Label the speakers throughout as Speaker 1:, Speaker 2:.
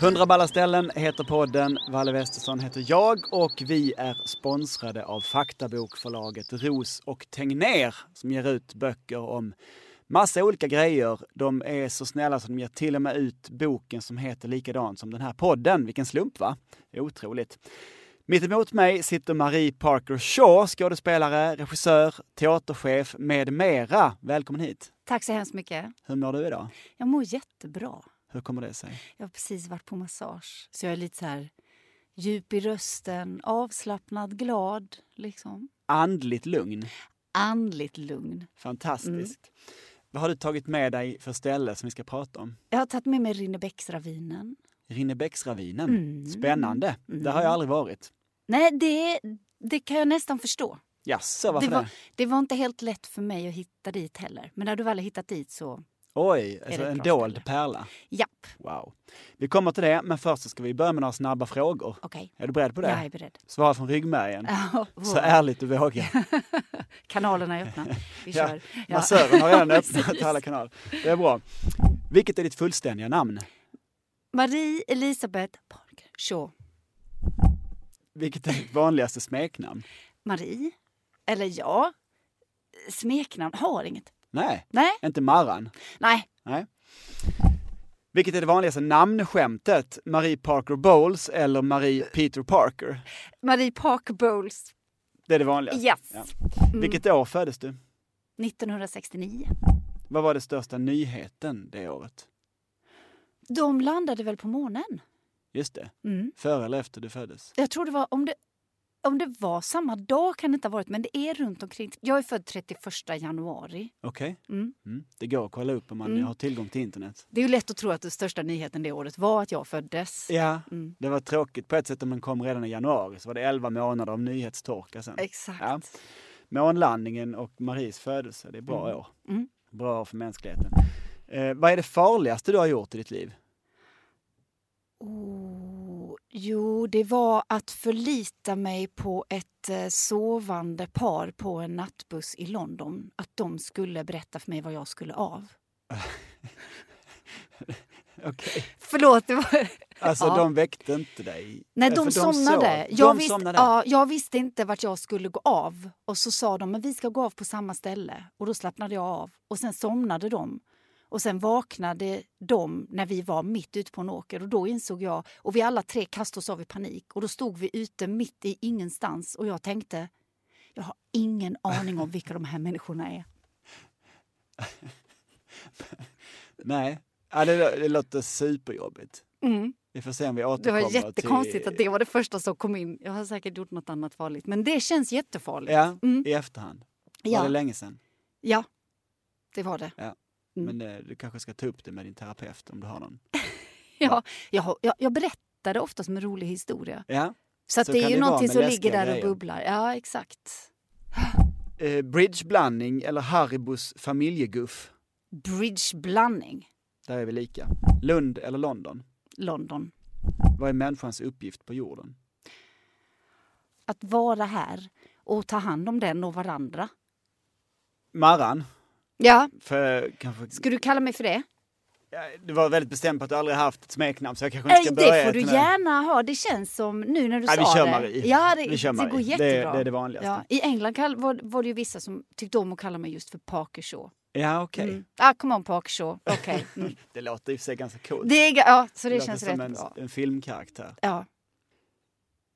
Speaker 1: 100 balla ställen heter podden, Valle Westesson heter jag och vi är sponsrade av faktabokförlaget Ros och Tegner som ger ut böcker om massa olika grejer. De är så snälla så de ger till och med ut boken som heter likadant som den här podden. Vilken slump va? Det är otroligt. Mitt emot mig sitter Marie Parker Shaw, skådespelare, regissör, teaterchef med mera. Välkommen hit!
Speaker 2: Tack så hemskt mycket.
Speaker 1: Hur mår du idag?
Speaker 2: Jag mår jättebra.
Speaker 1: Hur kommer det sig?
Speaker 2: Jag har precis varit på massage, så jag är lite så här djup i rösten, avslappnad, glad. Liksom.
Speaker 1: Andligt lugn.
Speaker 2: Andligt lugn.
Speaker 1: Fantastiskt.
Speaker 2: Mm.
Speaker 1: Vad har du tagit med dig för ställe som vi ska prata om?
Speaker 2: Jag har tagit med mig Rinnebäcksravinen.
Speaker 1: Rinnebäcksravinen.
Speaker 2: Mm.
Speaker 1: Spännande. Där har jag aldrig varit.
Speaker 2: Nej, det, det kan jag nästan förstå.
Speaker 1: Jaså, varför
Speaker 2: Det
Speaker 1: det?
Speaker 2: var, det var inte helt lätt för mig att hitta dit heller. Men när du väl har hittat dit så,
Speaker 1: Oj, alltså
Speaker 2: det ett
Speaker 1: en
Speaker 2: bra
Speaker 1: dold
Speaker 2: ställe?
Speaker 1: pärla.
Speaker 2: japp,
Speaker 1: Wow. Vi kommer till det, men först så ska vi börja med några snabba frågor.
Speaker 2: okej.
Speaker 1: Är du beredd på det?
Speaker 2: Jag är beredd.
Speaker 1: Svara från ryggmärgen. Så
Speaker 2: Oh,
Speaker 1: ärligt du vågar.
Speaker 2: kanalerna är öppna. Vi
Speaker 1: Ja,
Speaker 2: kör. Ja.
Speaker 1: Massören har redan öppnat
Speaker 2: Precis.
Speaker 1: alla kanaler. Det är bra. Vilket är ditt fullständiga namn?
Speaker 2: Marie Elisabeth Parker Shaw.
Speaker 1: Vilket är ditt vanligaste smeknamn?
Speaker 2: Marie. Eller ja. Smeknamn har inget.
Speaker 1: Nej,
Speaker 2: Nej,
Speaker 1: inte Marran.
Speaker 2: nej.
Speaker 1: Nej. Vilket är det vanligaste namnskämtet? Marie Parker Bowles eller Marie Peter Parker?
Speaker 2: Marie Parker Bowles.
Speaker 1: Det är det vanligaste.
Speaker 2: Yes.
Speaker 1: Ja.
Speaker 2: Mm.
Speaker 1: Vilket år föddes du?
Speaker 2: 1969.
Speaker 1: Vad var den största nyheten det året?
Speaker 2: De landade väl på månen?
Speaker 1: Just det,
Speaker 2: Mm.
Speaker 1: före eller efter du föddes?
Speaker 2: Jag tror det var om det, om det var samma dag kan det inte ha varit, men det är runt omkring. Jag är född 31 januari.
Speaker 1: Okej.
Speaker 2: Mm.
Speaker 1: Mm. Det går att kolla upp om man
Speaker 2: Mm.
Speaker 1: har tillgång till internet.
Speaker 2: Det är ju lätt att tro att den största nyheten det året var att jag föddes.
Speaker 1: Ja,
Speaker 2: Mm.
Speaker 1: det var tråkigt på ett sätt om den kom redan i januari så var det 11 månader av nyhetstorka sen.
Speaker 2: Exakt.
Speaker 1: Ja. Månlandningen och Maries födelse, det är bra år.
Speaker 2: Mm.
Speaker 1: Bra år för mänskligheten. Eh, vad är det farligaste du har gjort i ditt liv?
Speaker 2: Oh, jo, det var att förlita mig på ett eh, sovande par på en nattbuss i London. Att de skulle berätta för mig vad jag skulle av.
Speaker 1: Okej.
Speaker 2: Förlåt, det var...
Speaker 1: Alltså
Speaker 2: Ja.
Speaker 1: de väckte inte dig?
Speaker 2: Nej,
Speaker 1: Eh,
Speaker 2: de,
Speaker 1: för
Speaker 2: somnade.
Speaker 1: sov.
Speaker 2: Jag,
Speaker 1: de
Speaker 2: visste-
Speaker 1: somnade?
Speaker 2: Ja, jag visste inte vart jag skulle gå av. Och så sa de, men vi ska gå av på samma ställe. Och då slappnade jag av. Och sen somnade de. Och sen vaknade de när vi var mitt ute på en åker. Och då insåg jag, och vi alla tre kastade oss av i panik. Och då stod vi ute mitt i ingenstans. Och jag tänkte, jag har ingen aning om vilka de här människorna är.
Speaker 1: Nej. Ja, det, lå- det låter superjobbigt.
Speaker 2: Mm.
Speaker 1: Vi får se om vi
Speaker 2: Det
Speaker 1: återkommer
Speaker 2: var jättekonstigt
Speaker 1: till...
Speaker 2: att det var det första som kom in. Jag har säkert gjort något annat farligt. Men det känns jättefarligt.
Speaker 1: Ja,
Speaker 2: Mm.
Speaker 1: i efterhand. Var
Speaker 2: Ja.
Speaker 1: det länge sedan?
Speaker 2: Ja, det var det. Mm.
Speaker 1: Men eh, du kanske ska ta upp det med din terapeut om du har någon.
Speaker 2: Ja, jag, har- jag, jag berättade oftast en rolig historia.
Speaker 1: Ja.
Speaker 2: Så, att
Speaker 1: Så
Speaker 2: det
Speaker 1: kan
Speaker 2: är ju
Speaker 1: det vara
Speaker 2: någonting
Speaker 1: med
Speaker 2: som
Speaker 1: läskiga
Speaker 2: ligger där
Speaker 1: grejer.
Speaker 2: och bubblar. Ja, exakt.
Speaker 1: Eh, bridgeblandning eller Haribos familjeguff?
Speaker 2: Bridgeblandning,
Speaker 1: Där är vi lika. Lund eller London?
Speaker 2: London.
Speaker 1: Vad är människans uppgift på jorden?
Speaker 2: Att vara här och ta hand om den och varandra.
Speaker 1: Marran,
Speaker 2: Ja,
Speaker 1: för kanske...
Speaker 2: ska du kalla mig för det?
Speaker 1: Ja, Du var väldigt bestämd på att du aldrig haft ett smeknamn så jag kanske inte
Speaker 2: Nej,
Speaker 1: ska
Speaker 2: det
Speaker 1: börja
Speaker 2: får du
Speaker 1: med-
Speaker 2: gärna ha. Det känns som nu när du
Speaker 1: Ja,
Speaker 2: sa
Speaker 1: vi kör
Speaker 2: det.
Speaker 1: Marie.
Speaker 2: Ja, det,
Speaker 1: Vi kör
Speaker 2: det går
Speaker 1: Marie.
Speaker 2: jättebra.
Speaker 1: Det, det är det vanligaste.
Speaker 2: ja, I England kall, var, var det ju vissa som tyckte om att kalla mig just för Parker Shaw.
Speaker 1: Ja, okej.
Speaker 2: Mm. Ah, come on Parker Shaw. Okej. Mm.
Speaker 1: Det låter i och för sig ganska coolt.
Speaker 2: Det är ga- Ja, så det,
Speaker 1: låter
Speaker 2: känns
Speaker 1: som
Speaker 2: rätt
Speaker 1: en,
Speaker 2: bra.
Speaker 1: en filmkaraktär.
Speaker 2: Ja.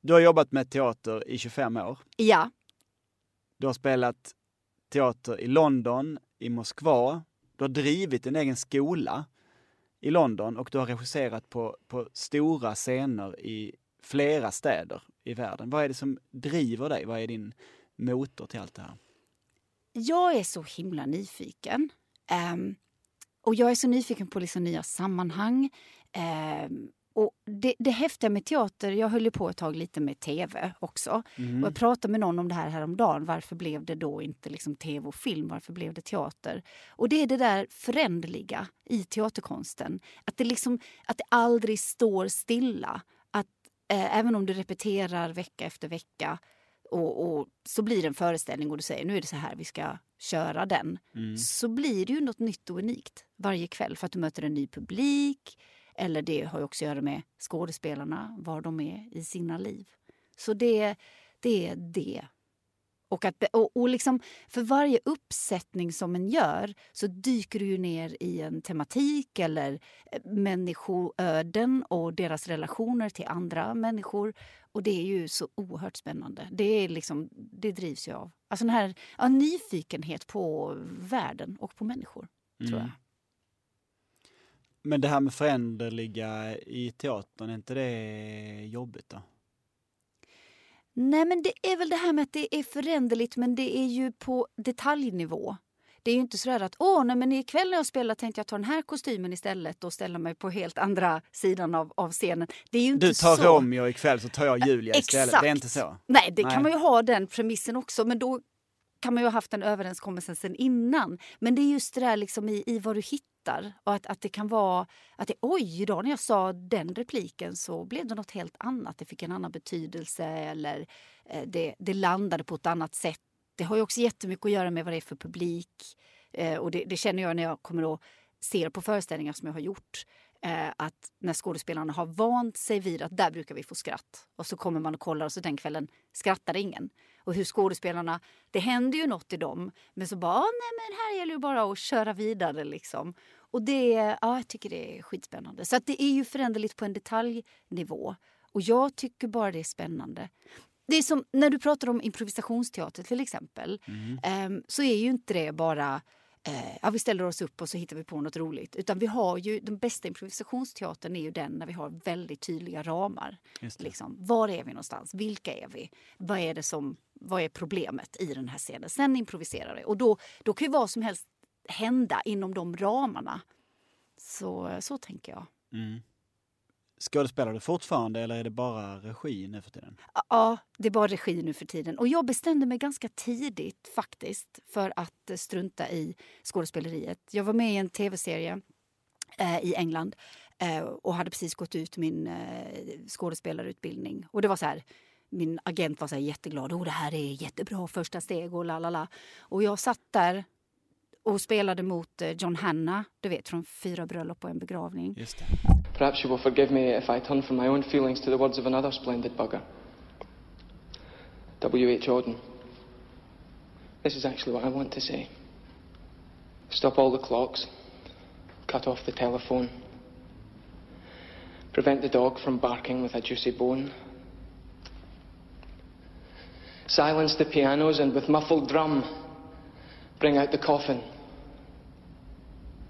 Speaker 1: Du har jobbat med teater i 25 år.
Speaker 2: ja,
Speaker 1: Du har spelat teater i London, i Moskva. Du har drivit en egen skola i London och du har regisserat på, på stora scener i flera städer i världen. Vad är det som driver dig? Vad är din motor till allt det här?
Speaker 2: jag är så himla nyfiken. Ehm, och jag är så nyfiken på liksom nya sammanhang. Ehm, och det, det häftiga med teater, jag höll ju på ett tag lite med tv också.
Speaker 1: Mm.
Speaker 2: Och jag pratade med någon om det här häromdagen. Varför blev det då inte liksom tv och film? Varför blev det teater? Och det är det där föränderliga i teaterkonsten. Att det, liksom, att det aldrig står stilla. Att eh, även om du repeterar vecka efter vecka och, och så blir det en föreställning och du säger nu är det så här vi ska köra den.
Speaker 1: Mm.
Speaker 2: Så blir det ju något nytt och unikt varje kväll för att du möter en ny publik. Eller det har ju också att göra med skådespelarna, var de är i sina liv. Så det, det är det. Och, att, och, och liksom, för varje uppsättning som en gör så dyker du ju ner i en tematik eller eh, människoöden och deras relationer till andra människor. Och det är ju så oerhört spännande. Det, är liksom, det drivs ju av alltså den här ja, nyfikenhet på världen och på människor, mm. tror jag.
Speaker 1: Men det här med föränderliga i teatern, är inte det jobbigt då?
Speaker 2: Nej, men det är väl det här med att det är föränderligt, men det är ju på detaljnivå. Det är ju inte sådär att åh, nej, men ikväll när jag spelar tänkte jag ta den här kostymen istället och ställa mig på helt andra sidan av, av scenen. Det är ju inte
Speaker 1: Du tar
Speaker 2: så.
Speaker 1: Romeo ikväll så tar jag Julia
Speaker 2: Exakt.
Speaker 1: istället. Det är inte så.
Speaker 2: Nej, det
Speaker 1: Nej.
Speaker 2: kan man ju ha den premissen också, men då kan man ju ha haft en överenskommelse sen innan. Men det är just det där liksom i, i vad du hittar och att, att det kan vara att det, oj, idag när jag sa den repliken så blev det något helt annat. Det fick en annan betydelse eller eh, det, det landade på ett annat sätt. Det har ju också jättemycket att göra med vad det är för publik. Eh, och det, det känner jag när jag kommer och ser på föreställningar som jag har gjort. Eh, att när skådespelarna har vant sig vid att där brukar vi få skratt. Och så kommer man och kollar och så den kvällen skrattar ingen. Och hur skådespelarna, det händer ju något i dem. Men så bara, "Ah, nej men här gäller ju bara att köra vidare liksom. Och det, ja jag tycker det är skitspännande. Så att det är ju föränderligt på en detaljnivå. Och jag tycker bara det är spännande. Det är som när du pratar om improvisationsteater till exempel. ehm, så är ju inte det bara eh, ja, vi ställer oss upp och så hittar vi på något roligt. Utan vi har ju, den bästa improvisationsteatern är ju den när vi har väldigt tydliga ramar.
Speaker 1: Just det.
Speaker 2: Liksom, var är vi någonstans? Vilka är vi? Vad är, det som, vad är problemet i den här scenen? Sen improviserar vi. Och då, då kan ju vad som helst hända inom de ramarna. Så, så tänker jag.
Speaker 1: Mm. Skådespelar du fortfarande eller är det bara regi nu för tiden?
Speaker 2: Ja, det är bara regi nu för tiden. Och jag bestämde mig ganska tidigt faktiskt för att eh, strunta i skådespeleriet. Jag var med i en tv-serie eh, i England eh, och hade precis gått ut min eh, skådespelarutbildning. Och det var så här, min agent var så här jätteglad. Oh, det här är jättebra första steg och la la la. Och jag satt där och spelade mot eh, John Hanna, du vet från Fyra bröllop och en begravning.
Speaker 1: Just det.
Speaker 3: Perhaps you will forgive me if I turn from my own feelings to the words of another splendid bugger. W.H. Auden. This is actually what I want to say. Stop all the clocks. Cut off the telephone. Prevent the dog from barking with a juicy bone. Silence the pianos and with muffled drum, bring out the coffin.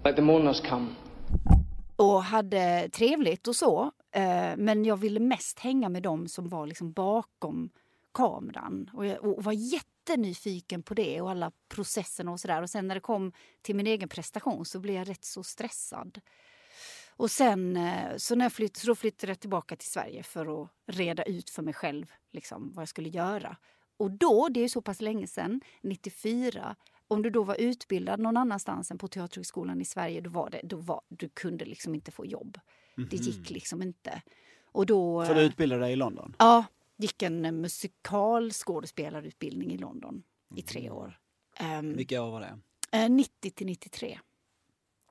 Speaker 3: Let the mourners come.
Speaker 2: och hade trevligt och så. Eh, Men jag ville mest hänga med dem som var liksom bakom kameran och jag och var jättenyfiken på det och alla processerna och sådär. Och sen när det kom till min egen prestation så blev jag rätt så stressad. Och sen eh, så, när jag flytt, så då flyttade jag tillbaka till Sverige för att reda ut för mig själv liksom, vad jag skulle göra. Och då, det är ju så pass länge sedan, 94, om du då var utbildad någon annanstans än på Teaterhögskolan i Sverige, då, var det, då var, du kunde liksom inte få jobb. Det gick liksom inte. Och då...
Speaker 1: För Mm. du utbildade dig i London?
Speaker 2: Ja, gick en eh, musikal skådespelarutbildning i London i tre år. Ehm,
Speaker 1: Vilka år var det?
Speaker 2: eh, 90 till 93.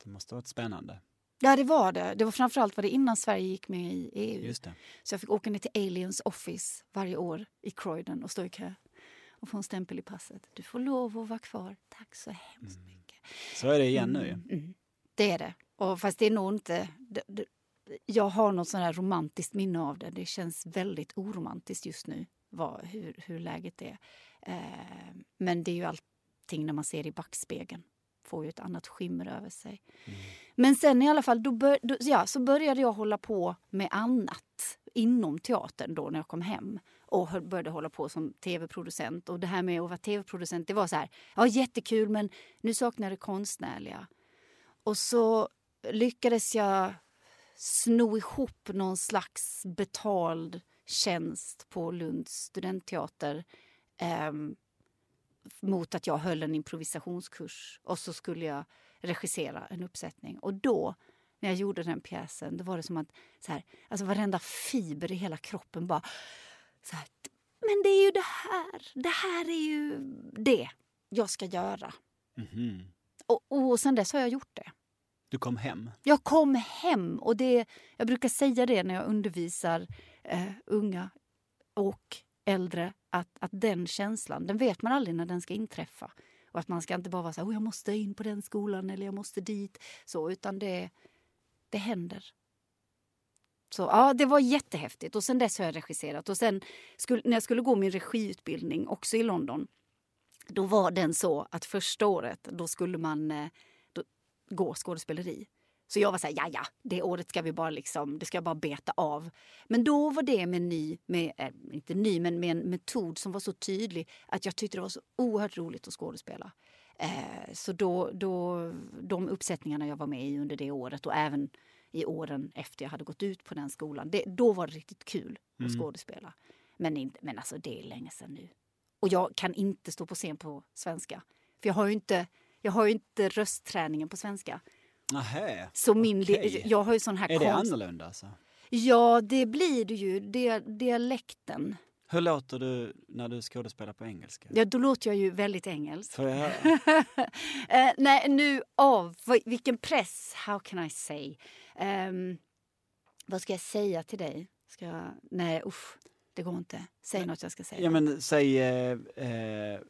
Speaker 1: Det måste ha varit spännande.
Speaker 2: Ja, det var det. Det var framförallt var det innan Sverige gick med i EU.
Speaker 1: Just det.
Speaker 2: Så jag fick åka ner till Aliens Office varje år i Croydon och stå i kö och få en stämpel i passet. Du får lov att vara kvar. Tack så hemskt mycket.
Speaker 1: Så är det igen nu ju.
Speaker 2: Mm. Det är det. Och fast det är nog inte... Det, det, jag har något sån här romantiskt minne av det. Det känns väldigt oromantiskt just nu, vad, hur, hur läget är. Eh, men det är ju allting när man ser i backspegeln. Får ju ett annat skimmer över sig. Men sen i alla fall, då bör, då, ja, så började jag hålla på med annat inom teatern då när jag kom hem och hö- började hålla på som tv-producent. Och det här med att vara tv-producent, det var så här, ja jättekul men nu saknar jag det konstnärliga. Och så lyckades jag sno ihop någon slags betald tjänst på Lunds studentteater ehm, mot att jag höll en improvisationskurs och så skulle jag regissera en uppsättning. Och då, när jag gjorde den pjäsen, då var det som att så här, alltså varenda fiber i hela kroppen bara... Så här, men det är ju det här! Det här är ju det jag ska göra.
Speaker 1: Mhm.
Speaker 2: Och, och sen dess har jag gjort det.
Speaker 1: Du kom hem.
Speaker 2: Jag kom hem och det, jag brukar säga det när jag undervisar eh, unga och äldre att, att den känslan, den vet man aldrig när den ska inträffa. Och att man ska inte bara vara så här, oh, jag måste in på den skolan eller jag måste dit. Så, utan det, det händer. Så ja, det var jättehäftigt. Och sen dess har jag regisserat. Och sen skulle, när jag skulle gå min regiutbildning, också i London, då var den så att första året då skulle man eh, då, gå skådespeleri. Så jag var så här, ja ja, det året ska vi bara liksom, det ska jag bara beta av. Men då var det med ny, med, eh, inte ny, men med en metod som var så tydlig att jag tyckte det var så oerhört roligt att skådespela. Eh, så då, då, de uppsättningarna jag var med i under det året och även i åren efter jag hade gått ut på den skolan, det, då var det riktigt kul att
Speaker 1: Mm.
Speaker 2: skådespela. Men, inte, men alltså det är länge sedan nu. Och jag kan inte stå på scen på svenska. För jag har ju inte, jag har ju inte röstträningen på svenska.
Speaker 1: Nähä.
Speaker 2: Så min,
Speaker 1: Okej.
Speaker 2: jag har ju sån här
Speaker 1: Är det
Speaker 2: konst...
Speaker 1: annorlunda alltså?
Speaker 2: ja, det blir det ju. Det, dialekten.
Speaker 1: Hur låter du när du skådespelar på engelska?
Speaker 2: Ja, då låter jag ju väldigt engelsk.
Speaker 1: Får jag höra?
Speaker 2: Eh, nej, nu av. Vad- Vilken press. How can I say? Ehm, vad ska jag säga till dig? Ska jag, nej, usch. Det går inte. Säg något jag ska säga.
Speaker 1: Ja men säg... Eh, eh,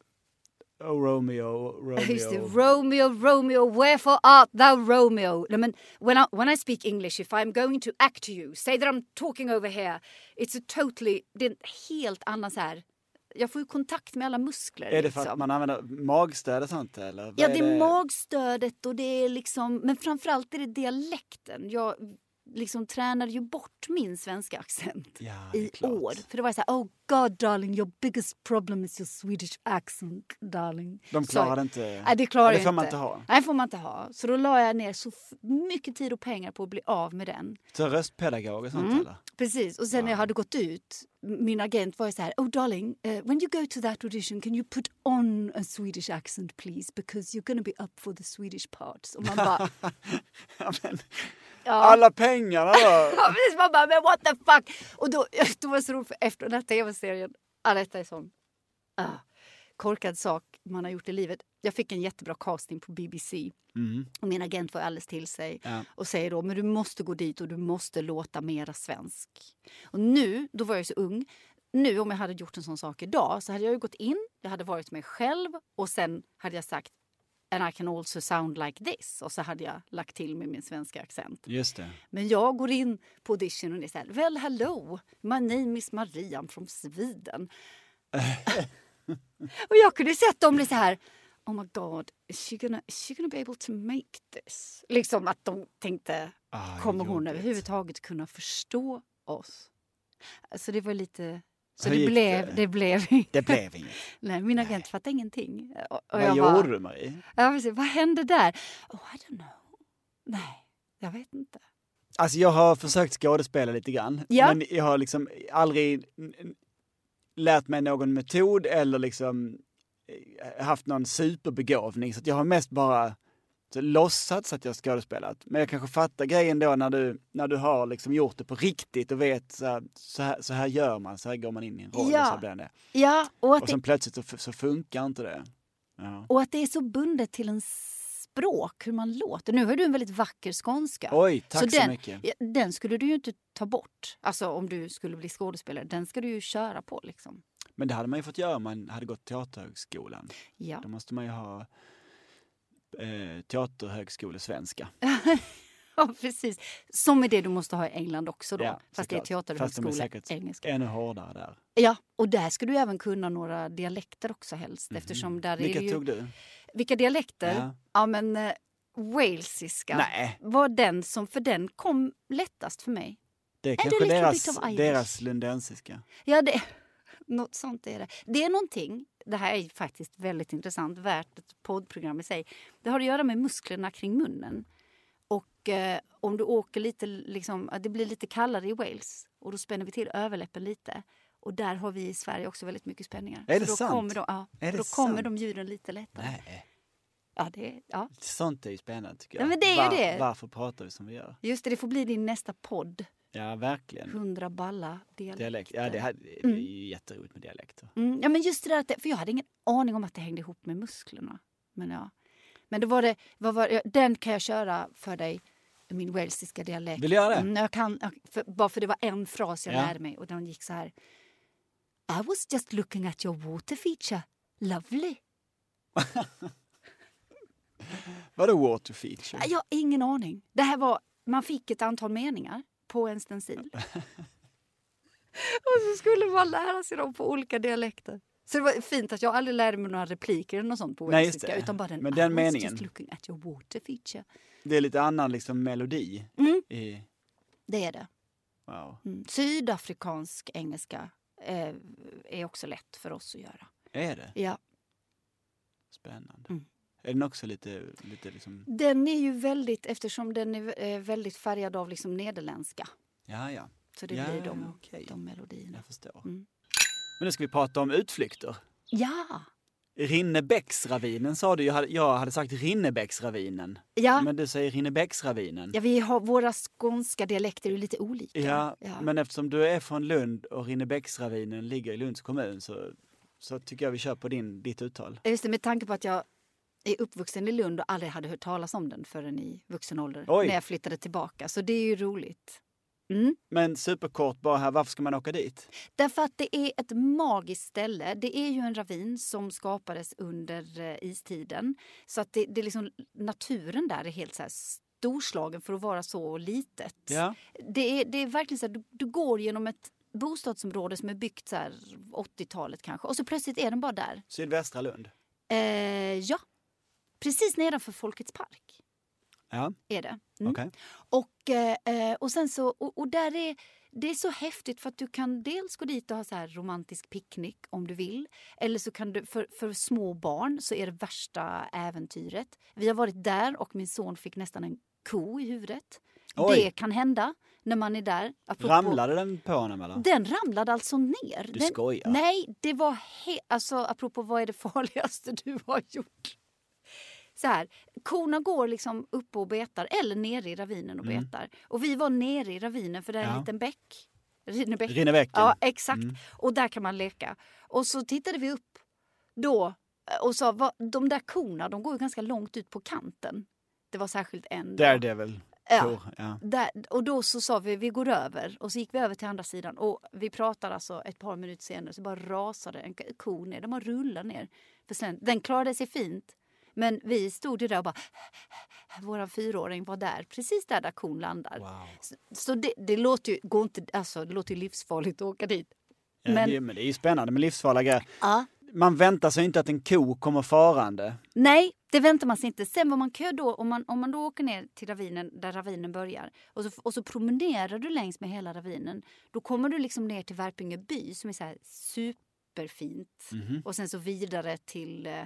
Speaker 1: oh Romeo, Romeo.
Speaker 2: Just det, Romeo, Romeo, wherefore art thou Romeo? Nej, men when, I, when I speak English, if I'm going to act to you, say that I'm talking over here. It's a totally, det är en helt annan så här, jag får ju kontakt med alla muskler.
Speaker 1: Är det för
Speaker 2: liksom.
Speaker 1: att man använder magstöd och sånt eller? Vad
Speaker 2: Ja, det är magstödet och det är liksom, men framförallt är det dialekten. Jag liksom tränade ju bort min svenska accent
Speaker 1: Ja, det är
Speaker 2: i
Speaker 1: klart.
Speaker 2: år. För det var ju så här, oh god darling, your biggest problem is your Swedish accent, darling.
Speaker 1: De
Speaker 2: Så-
Speaker 1: klarar inte...
Speaker 2: Nej, det klarar
Speaker 1: det
Speaker 2: jag
Speaker 1: får man
Speaker 2: inte
Speaker 1: inte ha.
Speaker 2: Nej, får man inte ha. Så då la jag ner så f- mycket tid och pengar på att bli av med den.
Speaker 1: Så röstpedagog och sånt
Speaker 2: Mm.
Speaker 1: eller?
Speaker 2: Precis. Och sen när jag
Speaker 1: Wow.
Speaker 2: hade gått ut, m- min agent var ju så här, oh darling, eh, when you go to that audition can you put on a Swedish accent please because you're gonna be up for the Swedish parts. Och man bara,
Speaker 1: Ja, men,
Speaker 2: ja.
Speaker 1: alla pengarna då!
Speaker 2: Ja, precis. Man bara, men what the fuck! Och då, då var det så roligt, för efter den här tv-serien, ja, detta är sån ah, korkad sak man har gjort i livet. Jag fick en jättebra casting på BBC
Speaker 1: Mm.
Speaker 2: och min agent får alldeles till sig.
Speaker 1: Ja.
Speaker 2: och säger då men du måste gå dit och du måste låta mera svensk. Och nu, då var jag ju så ung, nu om jag hade gjort en sån sak idag så hade jag ju gått in, jag hade varit mig själv och sen hade jag sagt And I can also sound like this. Och så hade jag lagt till med min svenska accent.
Speaker 1: Just det.
Speaker 2: Men jag går in på audition och det är så här, Well hello, my name is Maria I'm from Sweden. och jag kunde se att de blev så här Oh my god, is she gonna, is she gonna be able to make this? Liksom att de tänkte
Speaker 1: Ah,
Speaker 2: kommer hon
Speaker 1: jobbigt.
Speaker 2: överhuvudtaget kunna förstå oss? Så det var lite... Så
Speaker 1: Hur
Speaker 2: det
Speaker 1: gick
Speaker 2: blev,
Speaker 1: det?
Speaker 2: det? blev
Speaker 1: Det blev inget.
Speaker 2: Nej, min agent fattade ingenting. Och, och
Speaker 1: Vad
Speaker 2: jag
Speaker 1: gjorde
Speaker 2: bara,
Speaker 1: du Marie?
Speaker 2: ja, precis, Vad hände där? Oh, I don't know. Nej, jag vet inte.
Speaker 1: Alltså jag har försökt skådespela lite grann.
Speaker 2: Ja.
Speaker 1: Men jag har liksom aldrig n- n- lärt mig någon metod eller liksom eh, haft någon superbegåvning. Så att jag har mest bara så låtsats att jag har skådespelat. Men jag kanske fattar grejen då när du, när du har liksom gjort det på riktigt och vet så här, så här, så här gör man, så här går man in i en roll.
Speaker 2: Ja.
Speaker 1: Och, så här blir det.
Speaker 2: Ja, och att,
Speaker 1: och
Speaker 2: det,
Speaker 1: sen plötsligt så, f- så funkar inte det. Ja.
Speaker 2: och att det är så bundet till en språk, hur man låter. Nu har du en väldigt vacker skånska.
Speaker 1: Oj, tack
Speaker 2: Så
Speaker 1: så,
Speaker 2: den-
Speaker 1: mycket.
Speaker 2: Ja, Den skulle du ju inte ta bort, alltså om du skulle bli skådespelare. Den ska du ju köra på liksom.
Speaker 1: Men det hade man ju fått göra om man hade gått Teaterhögskolan.
Speaker 2: Ja.
Speaker 1: Då måste man ju ha eh, teaterhögskolesvenska.
Speaker 2: Ja, precis. Som är det du måste ha i England också då.
Speaker 1: Ja,
Speaker 2: fast det är
Speaker 1: såklart. Fast de är
Speaker 2: teaterhögskola,
Speaker 1: säkert-
Speaker 2: engelska.
Speaker 1: Ännu hårdare där.
Speaker 2: Ja, och där ska du även kunna några dialekter också helst.
Speaker 1: Mhm.
Speaker 2: Eftersom där
Speaker 1: Vilka
Speaker 2: är det ju...
Speaker 1: tog du?
Speaker 2: Vilka dialekter? Ja,
Speaker 1: Ja.
Speaker 2: men eh, walesiska
Speaker 1: Nej,
Speaker 2: var den som, för den kom lättast för mig.
Speaker 1: det är
Speaker 2: du
Speaker 1: kanske
Speaker 2: lite
Speaker 1: deras,
Speaker 2: bit of Irish?
Speaker 1: deras lundensiska.
Speaker 2: Ja, det... Något sånt är det. Det är någonting, det här är faktiskt väldigt intressant, värt ett poddprogram i sig. Det har att göra med musklerna kring munnen. Och eh, om du åker lite, liksom, att det blir lite kallare i Wales och då spänner vi till överläppen lite. Och där har vi i Sverige också väldigt mycket spänningar.
Speaker 1: Är
Speaker 2: Så
Speaker 1: det
Speaker 2: då
Speaker 1: sant?
Speaker 2: Kommer de, ja,
Speaker 1: Är
Speaker 2: för
Speaker 1: det
Speaker 2: då kommer
Speaker 1: sant?
Speaker 2: de ljuden lite lättare.
Speaker 1: Nej,
Speaker 2: Ja, det, ja.
Speaker 1: sånt är ju spännande tycker jag.
Speaker 2: Ja, men det är ju det.
Speaker 1: Varför pratar vi som vi gör?
Speaker 2: Just det, det får bli din nästa podd.
Speaker 1: Ja, verkligen.
Speaker 2: 100 balla dialekter.
Speaker 1: Dialekt. Ja, det, här, det är ju jätteroligt med dialekter.
Speaker 2: Mm, ja, men just det där att det, för jag hade ingen aning om att det hängde ihop med musklerna. Men ja. Men då var det, vad var, ja, den kan jag köra för dig, min walesiska dialekt.
Speaker 1: Vill du göra det?
Speaker 2: Mm, jag kan, jag- för, bara för det var en fras jag
Speaker 1: Ja.
Speaker 2: lärde mig och den gick så här. I was just looking at your water feature. Lovely.
Speaker 1: Vadå water feature?
Speaker 2: Jag har ingen aning. Det här var, man fick ett antal meningar på en stencil. och så skulle man lära sig dem på olika dialekter. Så det var fint att jag aldrig lärde mig några repliker eller något sånt på
Speaker 1: Nej, just
Speaker 2: walesiska.
Speaker 1: det.
Speaker 2: Utan bara den,
Speaker 1: Men den
Speaker 2: I was
Speaker 1: meningen.
Speaker 2: just looking at your water feature.
Speaker 1: Det är lite annan liksom melodi.
Speaker 2: Mm.
Speaker 1: I,
Speaker 2: Det är det.
Speaker 1: wow.
Speaker 2: Mm. Sydafrikansk engelska eh, är också lätt för oss att göra.
Speaker 1: Är det?
Speaker 2: Ja.
Speaker 1: Spännande.
Speaker 2: Mm.
Speaker 1: Är den också lite, lite liksom...
Speaker 2: Den är ju väldigt, eftersom den är eh, väldigt färgad av liksom nederländska.
Speaker 1: Ja, ja.
Speaker 2: Så det
Speaker 1: ja,
Speaker 2: blir
Speaker 1: ja,
Speaker 2: de,
Speaker 1: okej.
Speaker 2: de melodierna.
Speaker 1: Jag förstår.
Speaker 2: Mm.
Speaker 1: Men nu ska vi prata om utflykter.
Speaker 2: Ja!
Speaker 1: Rinnebäcksravinen sa du. Jag hade, jag hade sagt Rinnebäcksravinen.
Speaker 2: ja.
Speaker 1: Men du säger Rinnebäcksravinen.
Speaker 2: Ja, vi har, våra skånska dialekter är ju lite olika.
Speaker 1: Ja, men eftersom du är från Lund och Rinnebäcksravinen ligger i Lunds kommun så, så tycker jag vi kör på din, ditt uttal.
Speaker 2: Just det, med tanke på att jag är uppvuxen i Lund och aldrig hade hört talas om den förrän i vuxen ålder.
Speaker 1: Oj.
Speaker 2: När jag flyttade tillbaka, så det är ju roligt. Mm.
Speaker 1: Men superkort bara här, varför ska man åka dit?
Speaker 2: Därför att det är ett magiskt ställe. Det är ju en ravin som skapades under eh, istiden. Så att det, det är liksom, naturen där är helt så här storslagen för att vara så litet.
Speaker 1: Ja,
Speaker 2: Det är, det är verkligen så här, du, du går genom ett bostadsområde som är byggt så här 80-talet kanske och så plötsligt är den bara där.
Speaker 1: sydvästra Lund.
Speaker 2: Eh, ja, precis nedanför Folkets park
Speaker 1: Ja,
Speaker 2: är det.
Speaker 1: okej.
Speaker 2: Mm. Och, eh, eh, och, sen så, och, och där är, det är så häftigt för att du kan dels gå dit och ha så här romantisk picknick om du vill. Eller så kan du, för, för små barn så är det värsta äventyret. Vi har varit där och min son fick nästan en ko i huvudet.
Speaker 1: Oj.
Speaker 2: Det kan hända när man är där. Apropå-
Speaker 1: Ramlade den på honom eller?
Speaker 2: Den ramlade alltså ner.
Speaker 1: Du
Speaker 2: den,
Speaker 1: skojar.
Speaker 2: Nej, det var he- alltså apropå vad är det farligaste du har gjort? Så här, korna går liksom uppe och betar eller nere i ravinen och
Speaker 1: Mm.
Speaker 2: betar. Och vi var nere i ravinen för det är en
Speaker 1: Ja.
Speaker 2: liten bäck. Rinnebäck.
Speaker 1: Rinnebäcken.
Speaker 2: Ja, exakt.
Speaker 1: Mm.
Speaker 2: Och där kan man leka. Och så tittade vi upp då eh, och sa, "Vad- de där korna de går ju ganska långt ut på kanten. Det var särskilt en. då.
Speaker 1: Daredevil.
Speaker 2: ja.
Speaker 1: Tor, ja.
Speaker 2: Där, och då så sa vi vi går över och så gick vi över till andra sidan och vi pratade alltså ett par minuter senare så bara rasade en k- ko ner, den bara rullade ner. För sen, den klarade sig fint men vi stod ju där och bara våran fyraåring var där, precis där där kon landar.
Speaker 1: Wow.
Speaker 2: Så, så det, det låter ju, går inte, alltså det låter ju livsfarligt att åka dit.
Speaker 1: Ja,
Speaker 2: Men-
Speaker 1: men... Det, men det är ju spännande med livsfarliga grejer.
Speaker 2: Ja.
Speaker 1: Man väntar sig inte att en ko kommer farande.
Speaker 2: Nej, det väntar man sig inte. Sen var man kö då, om man, om man då åker ner till ravinen där ravinen börjar och så, och så promenerar du längs med hela ravinen. Då kommer du liksom ner till Värpinge by som är så här superfint.
Speaker 1: Mhm.
Speaker 2: Och sen så vidare till eh,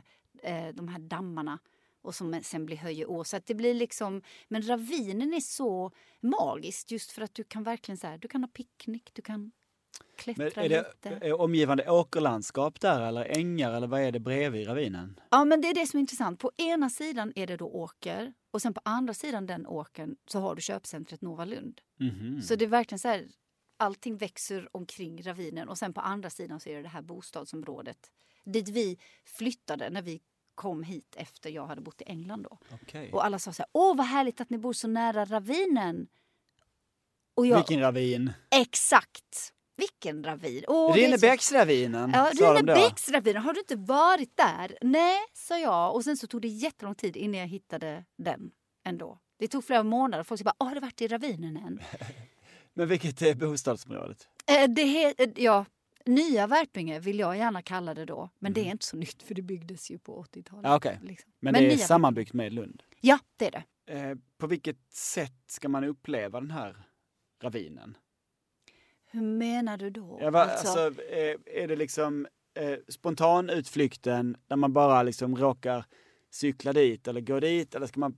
Speaker 2: eh, de här dammarna och som är- sen blir Höjeå. Så att det blir liksom, men ravinen är så magiskt just för att du kan verkligen så här, du kan ha picknick, du kan
Speaker 1: Men
Speaker 2: klättra
Speaker 1: är det
Speaker 2: lite.
Speaker 1: är omgivande åkerlandskap där eller ängar eller vad är det bredvid ravinen?
Speaker 2: Ja, men det är det som är intressant. På ena sidan är det då åker och sen på andra sidan den åkern så har du köpcentret Nova Lund.
Speaker 1: Mhm.
Speaker 2: Så det är verkligen så här, allting växer omkring ravinen och sen på andra sidan så är det det här bostadsområdet dit vi flyttade när vi kom hit efter jag hade bott i England då.
Speaker 1: Okej.
Speaker 2: Och alla sa så här, åh vad härligt att ni bor så nära ravinen. Och jag,
Speaker 1: Vilken ravin?
Speaker 2: exakt, vilken ravin. Åh, det är så-
Speaker 1: Rinnebäcksravinen,
Speaker 2: Ja,
Speaker 1: sa de då.
Speaker 2: Rinebäcksravinen, har du inte varit där? Nej, sa jag. Och sen så tog det jättelång tid innan jag hittade den ändå. Det tog flera månader. Folk sa bara, "Ah, har du varit i ravinen än?
Speaker 1: Men vilket är bostadsområdet?
Speaker 2: eh, det he- eh, ja, Nya Värpinge vill jag gärna kalla det då. Men det är inte så nytt för det byggdes ju på 80-talet.
Speaker 1: Ja, Mm. Ah, okej.
Speaker 2: liksom.
Speaker 1: Men,
Speaker 2: Men
Speaker 1: det är
Speaker 2: nya-
Speaker 1: sammanbyggt med Lund.
Speaker 2: Ja, det är det.
Speaker 1: Eh, på vilket sätt ska man uppleva den här ravinen?
Speaker 2: Hur menar du då?
Speaker 1: Ja, va,
Speaker 2: Alltså,
Speaker 1: alltså, eh, är det liksom eh, spontan utflykten där man bara liksom råkar cykla dit eller gå dit eller ska man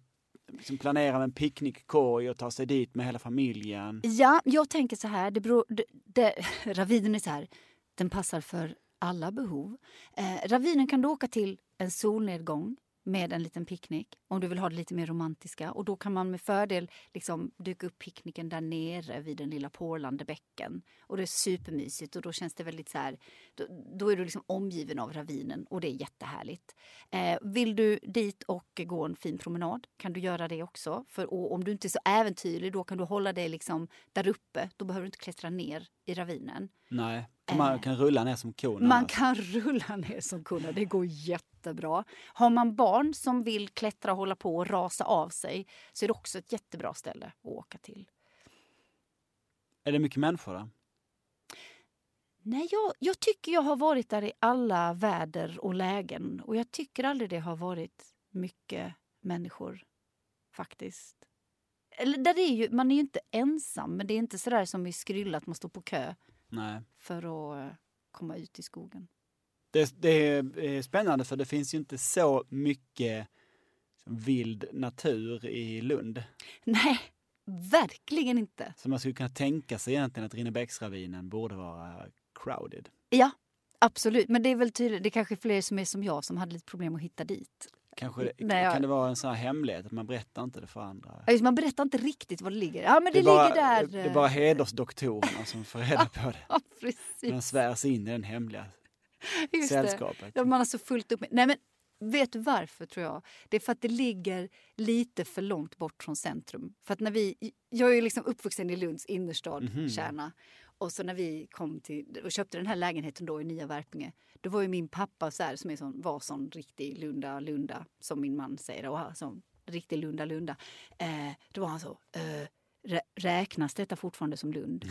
Speaker 1: liksom planera med en picknickkorg och ta sig dit med hela familjen?
Speaker 2: ja, jag tänker så här. Det beror, det, det, ravinen är så här, den passar för alla behov. Eh, ravinen kan du åka till en solnedgång med en liten picknick om du vill ha det lite mer romantiska. Och då kan man med fördel liksom dyka upp picknicken där nere vid den lilla porlande bäcken. Och det är supermysigt och då känns det väldigt så här, då, då är du liksom omgiven av ravinen och det är jättehärligt. Eh, vill du dit och gå en fin promenad kan du göra det också. För och om du inte är så äventyrlig då kan du hålla dig liksom där uppe. Då behöver du inte klättra ner i ravinen.
Speaker 1: Nej, man
Speaker 2: Eh.
Speaker 1: kan rulla ner som kon.
Speaker 2: Man
Speaker 1: annars.
Speaker 2: kan rulla ner som kunna, det går jättebra. Har man barn som vill klättra, hålla på och rasa av sig så är det också ett jättebra ställe att åka till.
Speaker 1: Är det mycket människor där?
Speaker 2: Nej, jag, jag tycker jag har varit där i alla väder och lägen och jag tycker aldrig det har varit mycket människor faktiskt. Eller där är ju, man är ju inte ensam, men det är inte sådär som i Skrylla att man står på kö
Speaker 1: Nej.
Speaker 2: för att eh, komma ut i skogen.
Speaker 1: Det, det är eh, spännande för det finns ju inte så mycket liksom vild natur i Lund.
Speaker 2: Nej, verkligen inte.
Speaker 1: Så man skulle kunna tänka sig egentligen att Rinnebäcksravinen borde vara crowded.
Speaker 2: Ja, absolut. Men det är väl tydligt, det är kanske fler som är som jag som hade lite problem att hitta dit.
Speaker 1: Kanske det-
Speaker 2: Nej, jag-
Speaker 1: kan det vara en sån här hemlighet att man berättar inte det för andra.
Speaker 2: Ja, just, Man berättar inte riktigt var det ligger. Ja, men det,
Speaker 1: bara,
Speaker 2: ligger där.
Speaker 1: det är
Speaker 2: eh,
Speaker 1: bara hedersdoktorerna som får reda på det.
Speaker 2: Ja,
Speaker 1: De
Speaker 2: precis.
Speaker 1: svärs in i den hemliga
Speaker 2: Just det.
Speaker 1: sällskapet.
Speaker 2: Ja, Man har så fullt upp med. Nej, men vet du varför tror jag? Det är för att det ligger lite för långt bort från centrum. För att när vi, jag är ju liksom uppvuxen i Lunds innerstad,
Speaker 1: Mhm.
Speaker 2: kärna. Och så när vi kom till och köpte den här lägenheten då i Nya Värpinge, då var ju min pappa så här, som är sån, var sån riktig lunda, lunda, som min man säger, och han sån riktig lunda, lunda. Eh, då var han så, eh, rä- räknas detta fortfarande som Lund?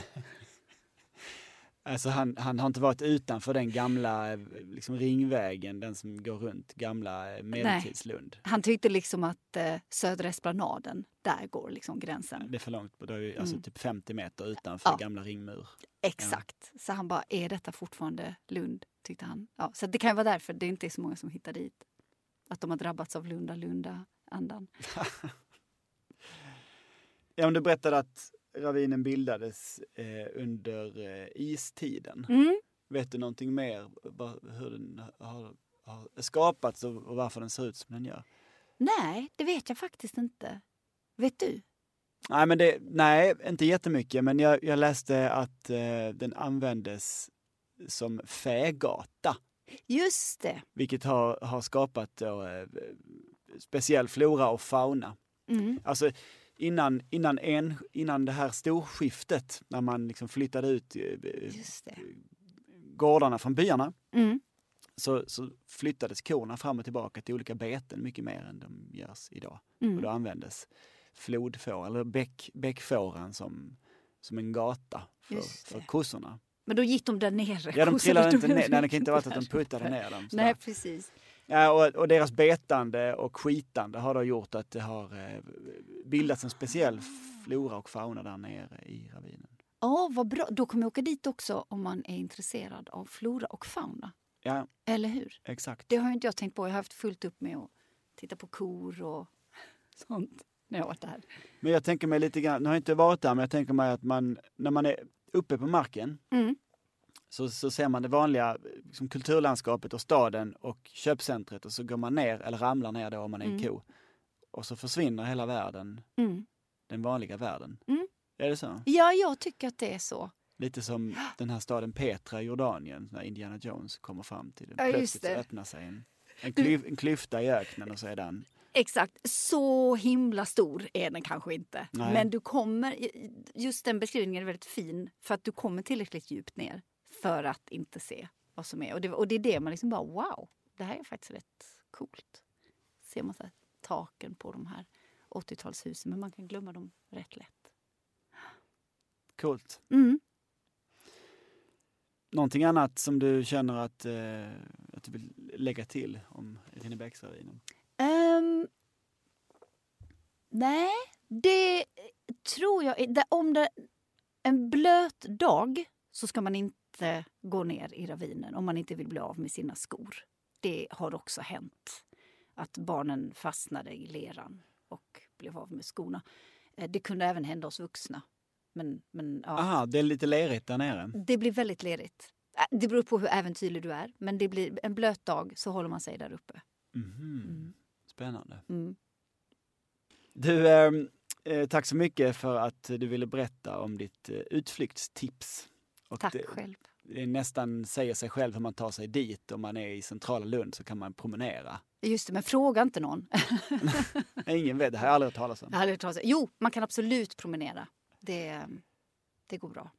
Speaker 1: Alltså han, han har inte varit utanför den gamla eh, liksom ringvägen, den som går runt gamla eh, medeltidslund.
Speaker 2: Han tyckte liksom att eh, Södra Esplanaden, där går liksom gränsen.
Speaker 1: Det är för långt, det är ju alltså
Speaker 2: Mm.
Speaker 1: typ 50 meter utanför
Speaker 2: Ja.
Speaker 1: gamla ringmur.
Speaker 2: Exakt. Så han bara, är detta fortfarande Lund? Tyckte han. Ja, så det kan ju vara därför det inte är så många som hittar dit. Att de har drabbats av Lunda-Lunda-andan.
Speaker 1: Ja, men du berättade att ravinen bildades eh, under eh, istiden.
Speaker 2: Mm.
Speaker 1: Vet du någonting mer va- hur den har, har skapats och, och varför den ser ut som den gör?
Speaker 2: Nej, det vet jag faktiskt inte. Vet du?
Speaker 1: Nej, men det, nej inte jättemycket, men jag, jag läste att eh, den användes som fägata.
Speaker 2: Just det.
Speaker 1: vilket har, har skapat då, eh, speciell flora och fauna.
Speaker 2: Mm.
Speaker 1: Alltså innan, innan, en, innan det här storskiftet, när man liksom flyttade ut eh, eh,
Speaker 2: Just det.
Speaker 1: gårdarna från byarna,
Speaker 2: Mm.
Speaker 1: så, så flyttades korna fram och tillbaka till olika beten mycket mer än de görs idag. Och då
Speaker 2: Mm.
Speaker 1: användes flodfår, eller bäck, bäckfåran som, som en gata för,
Speaker 2: Just det.
Speaker 1: för kossorna.
Speaker 2: Men då gick de där nere.
Speaker 1: Ja, de
Speaker 2: Kossorna
Speaker 1: trillade inte
Speaker 2: tog
Speaker 1: ner. Nej, det kan inte ha varit att
Speaker 2: där.
Speaker 1: de puttade ner dem. sådär.
Speaker 2: Nej, precis.
Speaker 1: Ja, och, och deras betande och skitande har då gjort att det har eh, bildats en speciell flora och fauna där nere i ravinen.
Speaker 2: Ja, vad bra. Då kommer jag åka dit också om man är intresserad av flora och fauna.
Speaker 1: Ja,
Speaker 2: Eller hur?
Speaker 1: exakt.
Speaker 2: Det har ju inte jag tänkt på. Jag har haft fullt upp med att titta på kor och sånt när jag varit där.
Speaker 1: Men jag tänker mig lite grann, nu har jag inte varit där, men jag tänker mig att man, när man är uppe på marken
Speaker 2: Mm.
Speaker 1: så, så ser man det vanliga liksom, kulturlandskapet och staden och köpcentret och så går man ner, eller ramlar ner då om man är en
Speaker 2: Mm.
Speaker 1: ko. Och så försvinner hela världen,
Speaker 2: Mm.
Speaker 1: den vanliga världen.
Speaker 2: Mm.
Speaker 1: Är det så?
Speaker 2: Ja, jag tycker att det är så.
Speaker 1: Lite som den här staden Petra i Jordanien när Indiana Jones kommer fram till den.
Speaker 2: Ja, just
Speaker 1: Plötsligt så
Speaker 2: det.
Speaker 1: öppnar sig en, en, klyf, en klyfta i öknen och så är den.
Speaker 2: Exakt. Så himla stor är den kanske inte.
Speaker 1: Nej.
Speaker 2: Men du kommer, just den beskrivningen är väldigt fin för att du kommer tillräckligt djupt ner för att inte se vad som är. Och det, och det är det man liksom bara wow, det här är faktiskt rätt coolt. Ser man så här, taken på de här 80-talshusen men man kan glömma dem rätt lätt.
Speaker 1: Coolt.
Speaker 2: Mm.
Speaker 1: Någonting annat som du känner att, eh, att du vill lägga till om Rinnebäcksravinen?
Speaker 2: Ehm, nej, det tror jag... är- det- Om det en blöt dag så ska man inte gå ner i ravinen om man inte vill bli av med sina skor. Det har också hänt att barnen fastnade i leran och blev av med skorna. Eh, Det kunde även hända oss vuxna. Men, men, ja.
Speaker 1: Aha, det är lite lerigt där nere.
Speaker 2: Det blir väldigt ledigt. Äh, Det beror på hur äventyrlig du är, men det blir en blöt dag så håller man sig där uppe.
Speaker 1: Mhm.
Speaker 2: Mm.
Speaker 1: Spännande.
Speaker 2: Mm.
Speaker 1: Du, eh, eh, tack så mycket för att du ville berätta om ditt eh, utflyktstips. Och
Speaker 2: Tack
Speaker 1: det,
Speaker 2: själv.
Speaker 1: det är nästan säger sig själv hur man tar sig dit. Om man är i centrala Lund så kan man promenera.
Speaker 2: Just det, men fråga inte någon.
Speaker 1: Ingen vet, det har jag aldrig hört talas om.
Speaker 2: Jag hade hört talas om- jo, man kan absolut promenera. Det, det går bra.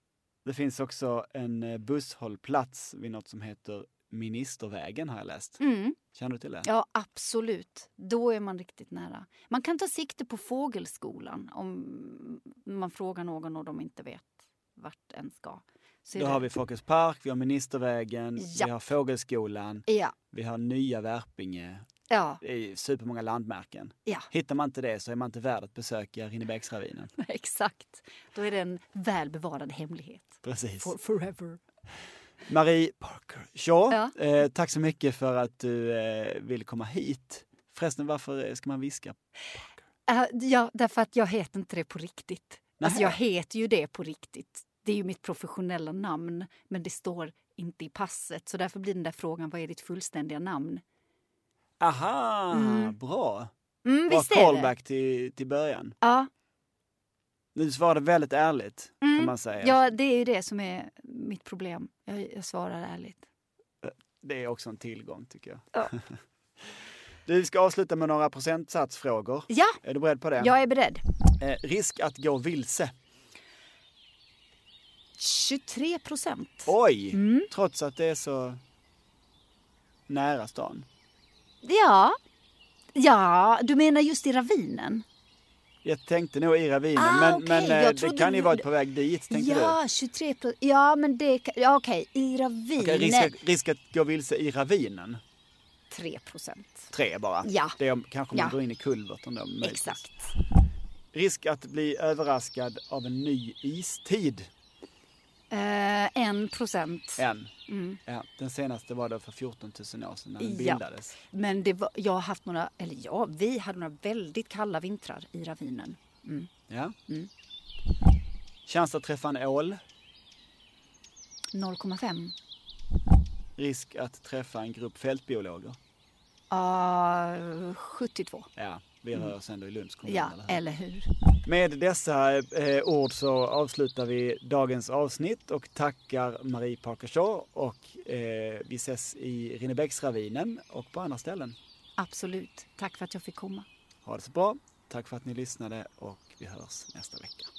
Speaker 1: Det finns också en eh, busshållplats vid något som heter Ministervägen har jag läst.
Speaker 2: Mm.
Speaker 1: Känner du till det?
Speaker 2: Ja, absolut. Då är man riktigt nära. Man kan ta sikte på Fågelskolan om man frågar någon och de inte vet vart en ska. Så är
Speaker 1: Då
Speaker 2: det-
Speaker 1: har vi Folkets park, vi har Ministervägen,
Speaker 2: Ja.
Speaker 1: vi har Fågelskolan,
Speaker 2: Ja,
Speaker 1: vi har Nya Värpinge.
Speaker 2: ja,
Speaker 1: Det är supermånga landmärken.
Speaker 2: ja.
Speaker 1: Hittar man inte det så är man inte värd att besöka Rinnebergsravinen.
Speaker 2: Exakt. Då är det en välbevarad hemlighet.
Speaker 1: Precis.
Speaker 2: For, forever.
Speaker 1: Marie Parker Shaw,
Speaker 2: Ja.
Speaker 1: eh, tack så mycket för att du eh, vill komma hit. Förresten, varför eh, ska man viska?
Speaker 2: Äh, ja, därför att jag heter inte det på riktigt. Alltså,
Speaker 1: Nähä.
Speaker 2: jag heter ju det på riktigt. Det är ju mitt professionella namn, men det står inte i passet. Så därför blir den där frågan, vad är ditt fullständiga namn?
Speaker 1: Aha,
Speaker 2: Mm.
Speaker 1: bra!
Speaker 2: Mm,
Speaker 1: Bra
Speaker 2: visst är det?
Speaker 1: callback till, till början.
Speaker 2: Ja,
Speaker 1: Du svarade väldigt ärligt, kan
Speaker 2: Mm.
Speaker 1: man säga.
Speaker 2: ja, det är ju det som är mitt problem. Jag, jag svarar ärligt.
Speaker 1: Det är också en tillgång, tycker jag.
Speaker 2: Ja.
Speaker 1: Du, vi ska avsluta med några procentsatsfrågor.
Speaker 2: Ja,
Speaker 1: Är du beredd på det?
Speaker 2: jag är beredd.
Speaker 1: Eh, risk att gå vilse.
Speaker 2: 23 procent.
Speaker 1: Oj!
Speaker 2: Mm.
Speaker 1: Trots att det är så nära stan.
Speaker 2: Ja. ja, du menar just i ravinen?
Speaker 1: Jag tänkte nog i ravinen,
Speaker 2: Ah,
Speaker 1: men,
Speaker 2: okej.
Speaker 1: men eh,
Speaker 2: Jag
Speaker 1: det
Speaker 2: trodde
Speaker 1: kan ju
Speaker 2: du-
Speaker 1: vara på väg dit, tänkte du.
Speaker 2: ja, 23 procent. Ja, men det kan... Ja, okej, i ravinen.
Speaker 1: Okej, risk, att- risk att gå vilse i ravinen.
Speaker 2: 3 procent.
Speaker 1: Tre bara.
Speaker 2: Ja.
Speaker 1: Det är, om- kanske man
Speaker 2: Ja.
Speaker 1: går in i kulverten då. möjligtvis.
Speaker 2: Exakt.
Speaker 1: Risk att bli överraskad av en ny istid.
Speaker 2: Eh, En procent.
Speaker 1: En.
Speaker 2: Mm.
Speaker 1: Ja, den senaste var då för 14 000 år sedan när den
Speaker 2: Ja.
Speaker 1: bildades.
Speaker 2: Men det var, jag har haft några, eller ja, vi hade några väldigt kalla vintrar i ravinen. Mm.
Speaker 1: Ja.
Speaker 2: Mm.
Speaker 1: Chans att träffa en ål.
Speaker 2: 0,5.
Speaker 1: Risk att träffa en grupp fältbiologer.
Speaker 2: Uh, 72.
Speaker 1: Ja, vi rör oss ändå i Lunds kommun.
Speaker 2: Ja,
Speaker 1: eller hur?
Speaker 2: eller hur?
Speaker 1: Med dessa eh, ord så avslutar vi dagens avsnitt och tackar Marie Parker Shaw och eh, vi ses i Rinnebergsravinen och på andra ställen.
Speaker 2: Absolut. Tack för att jag fick komma.
Speaker 1: Ha det så bra. Tack för att ni lyssnade och vi hörs nästa vecka.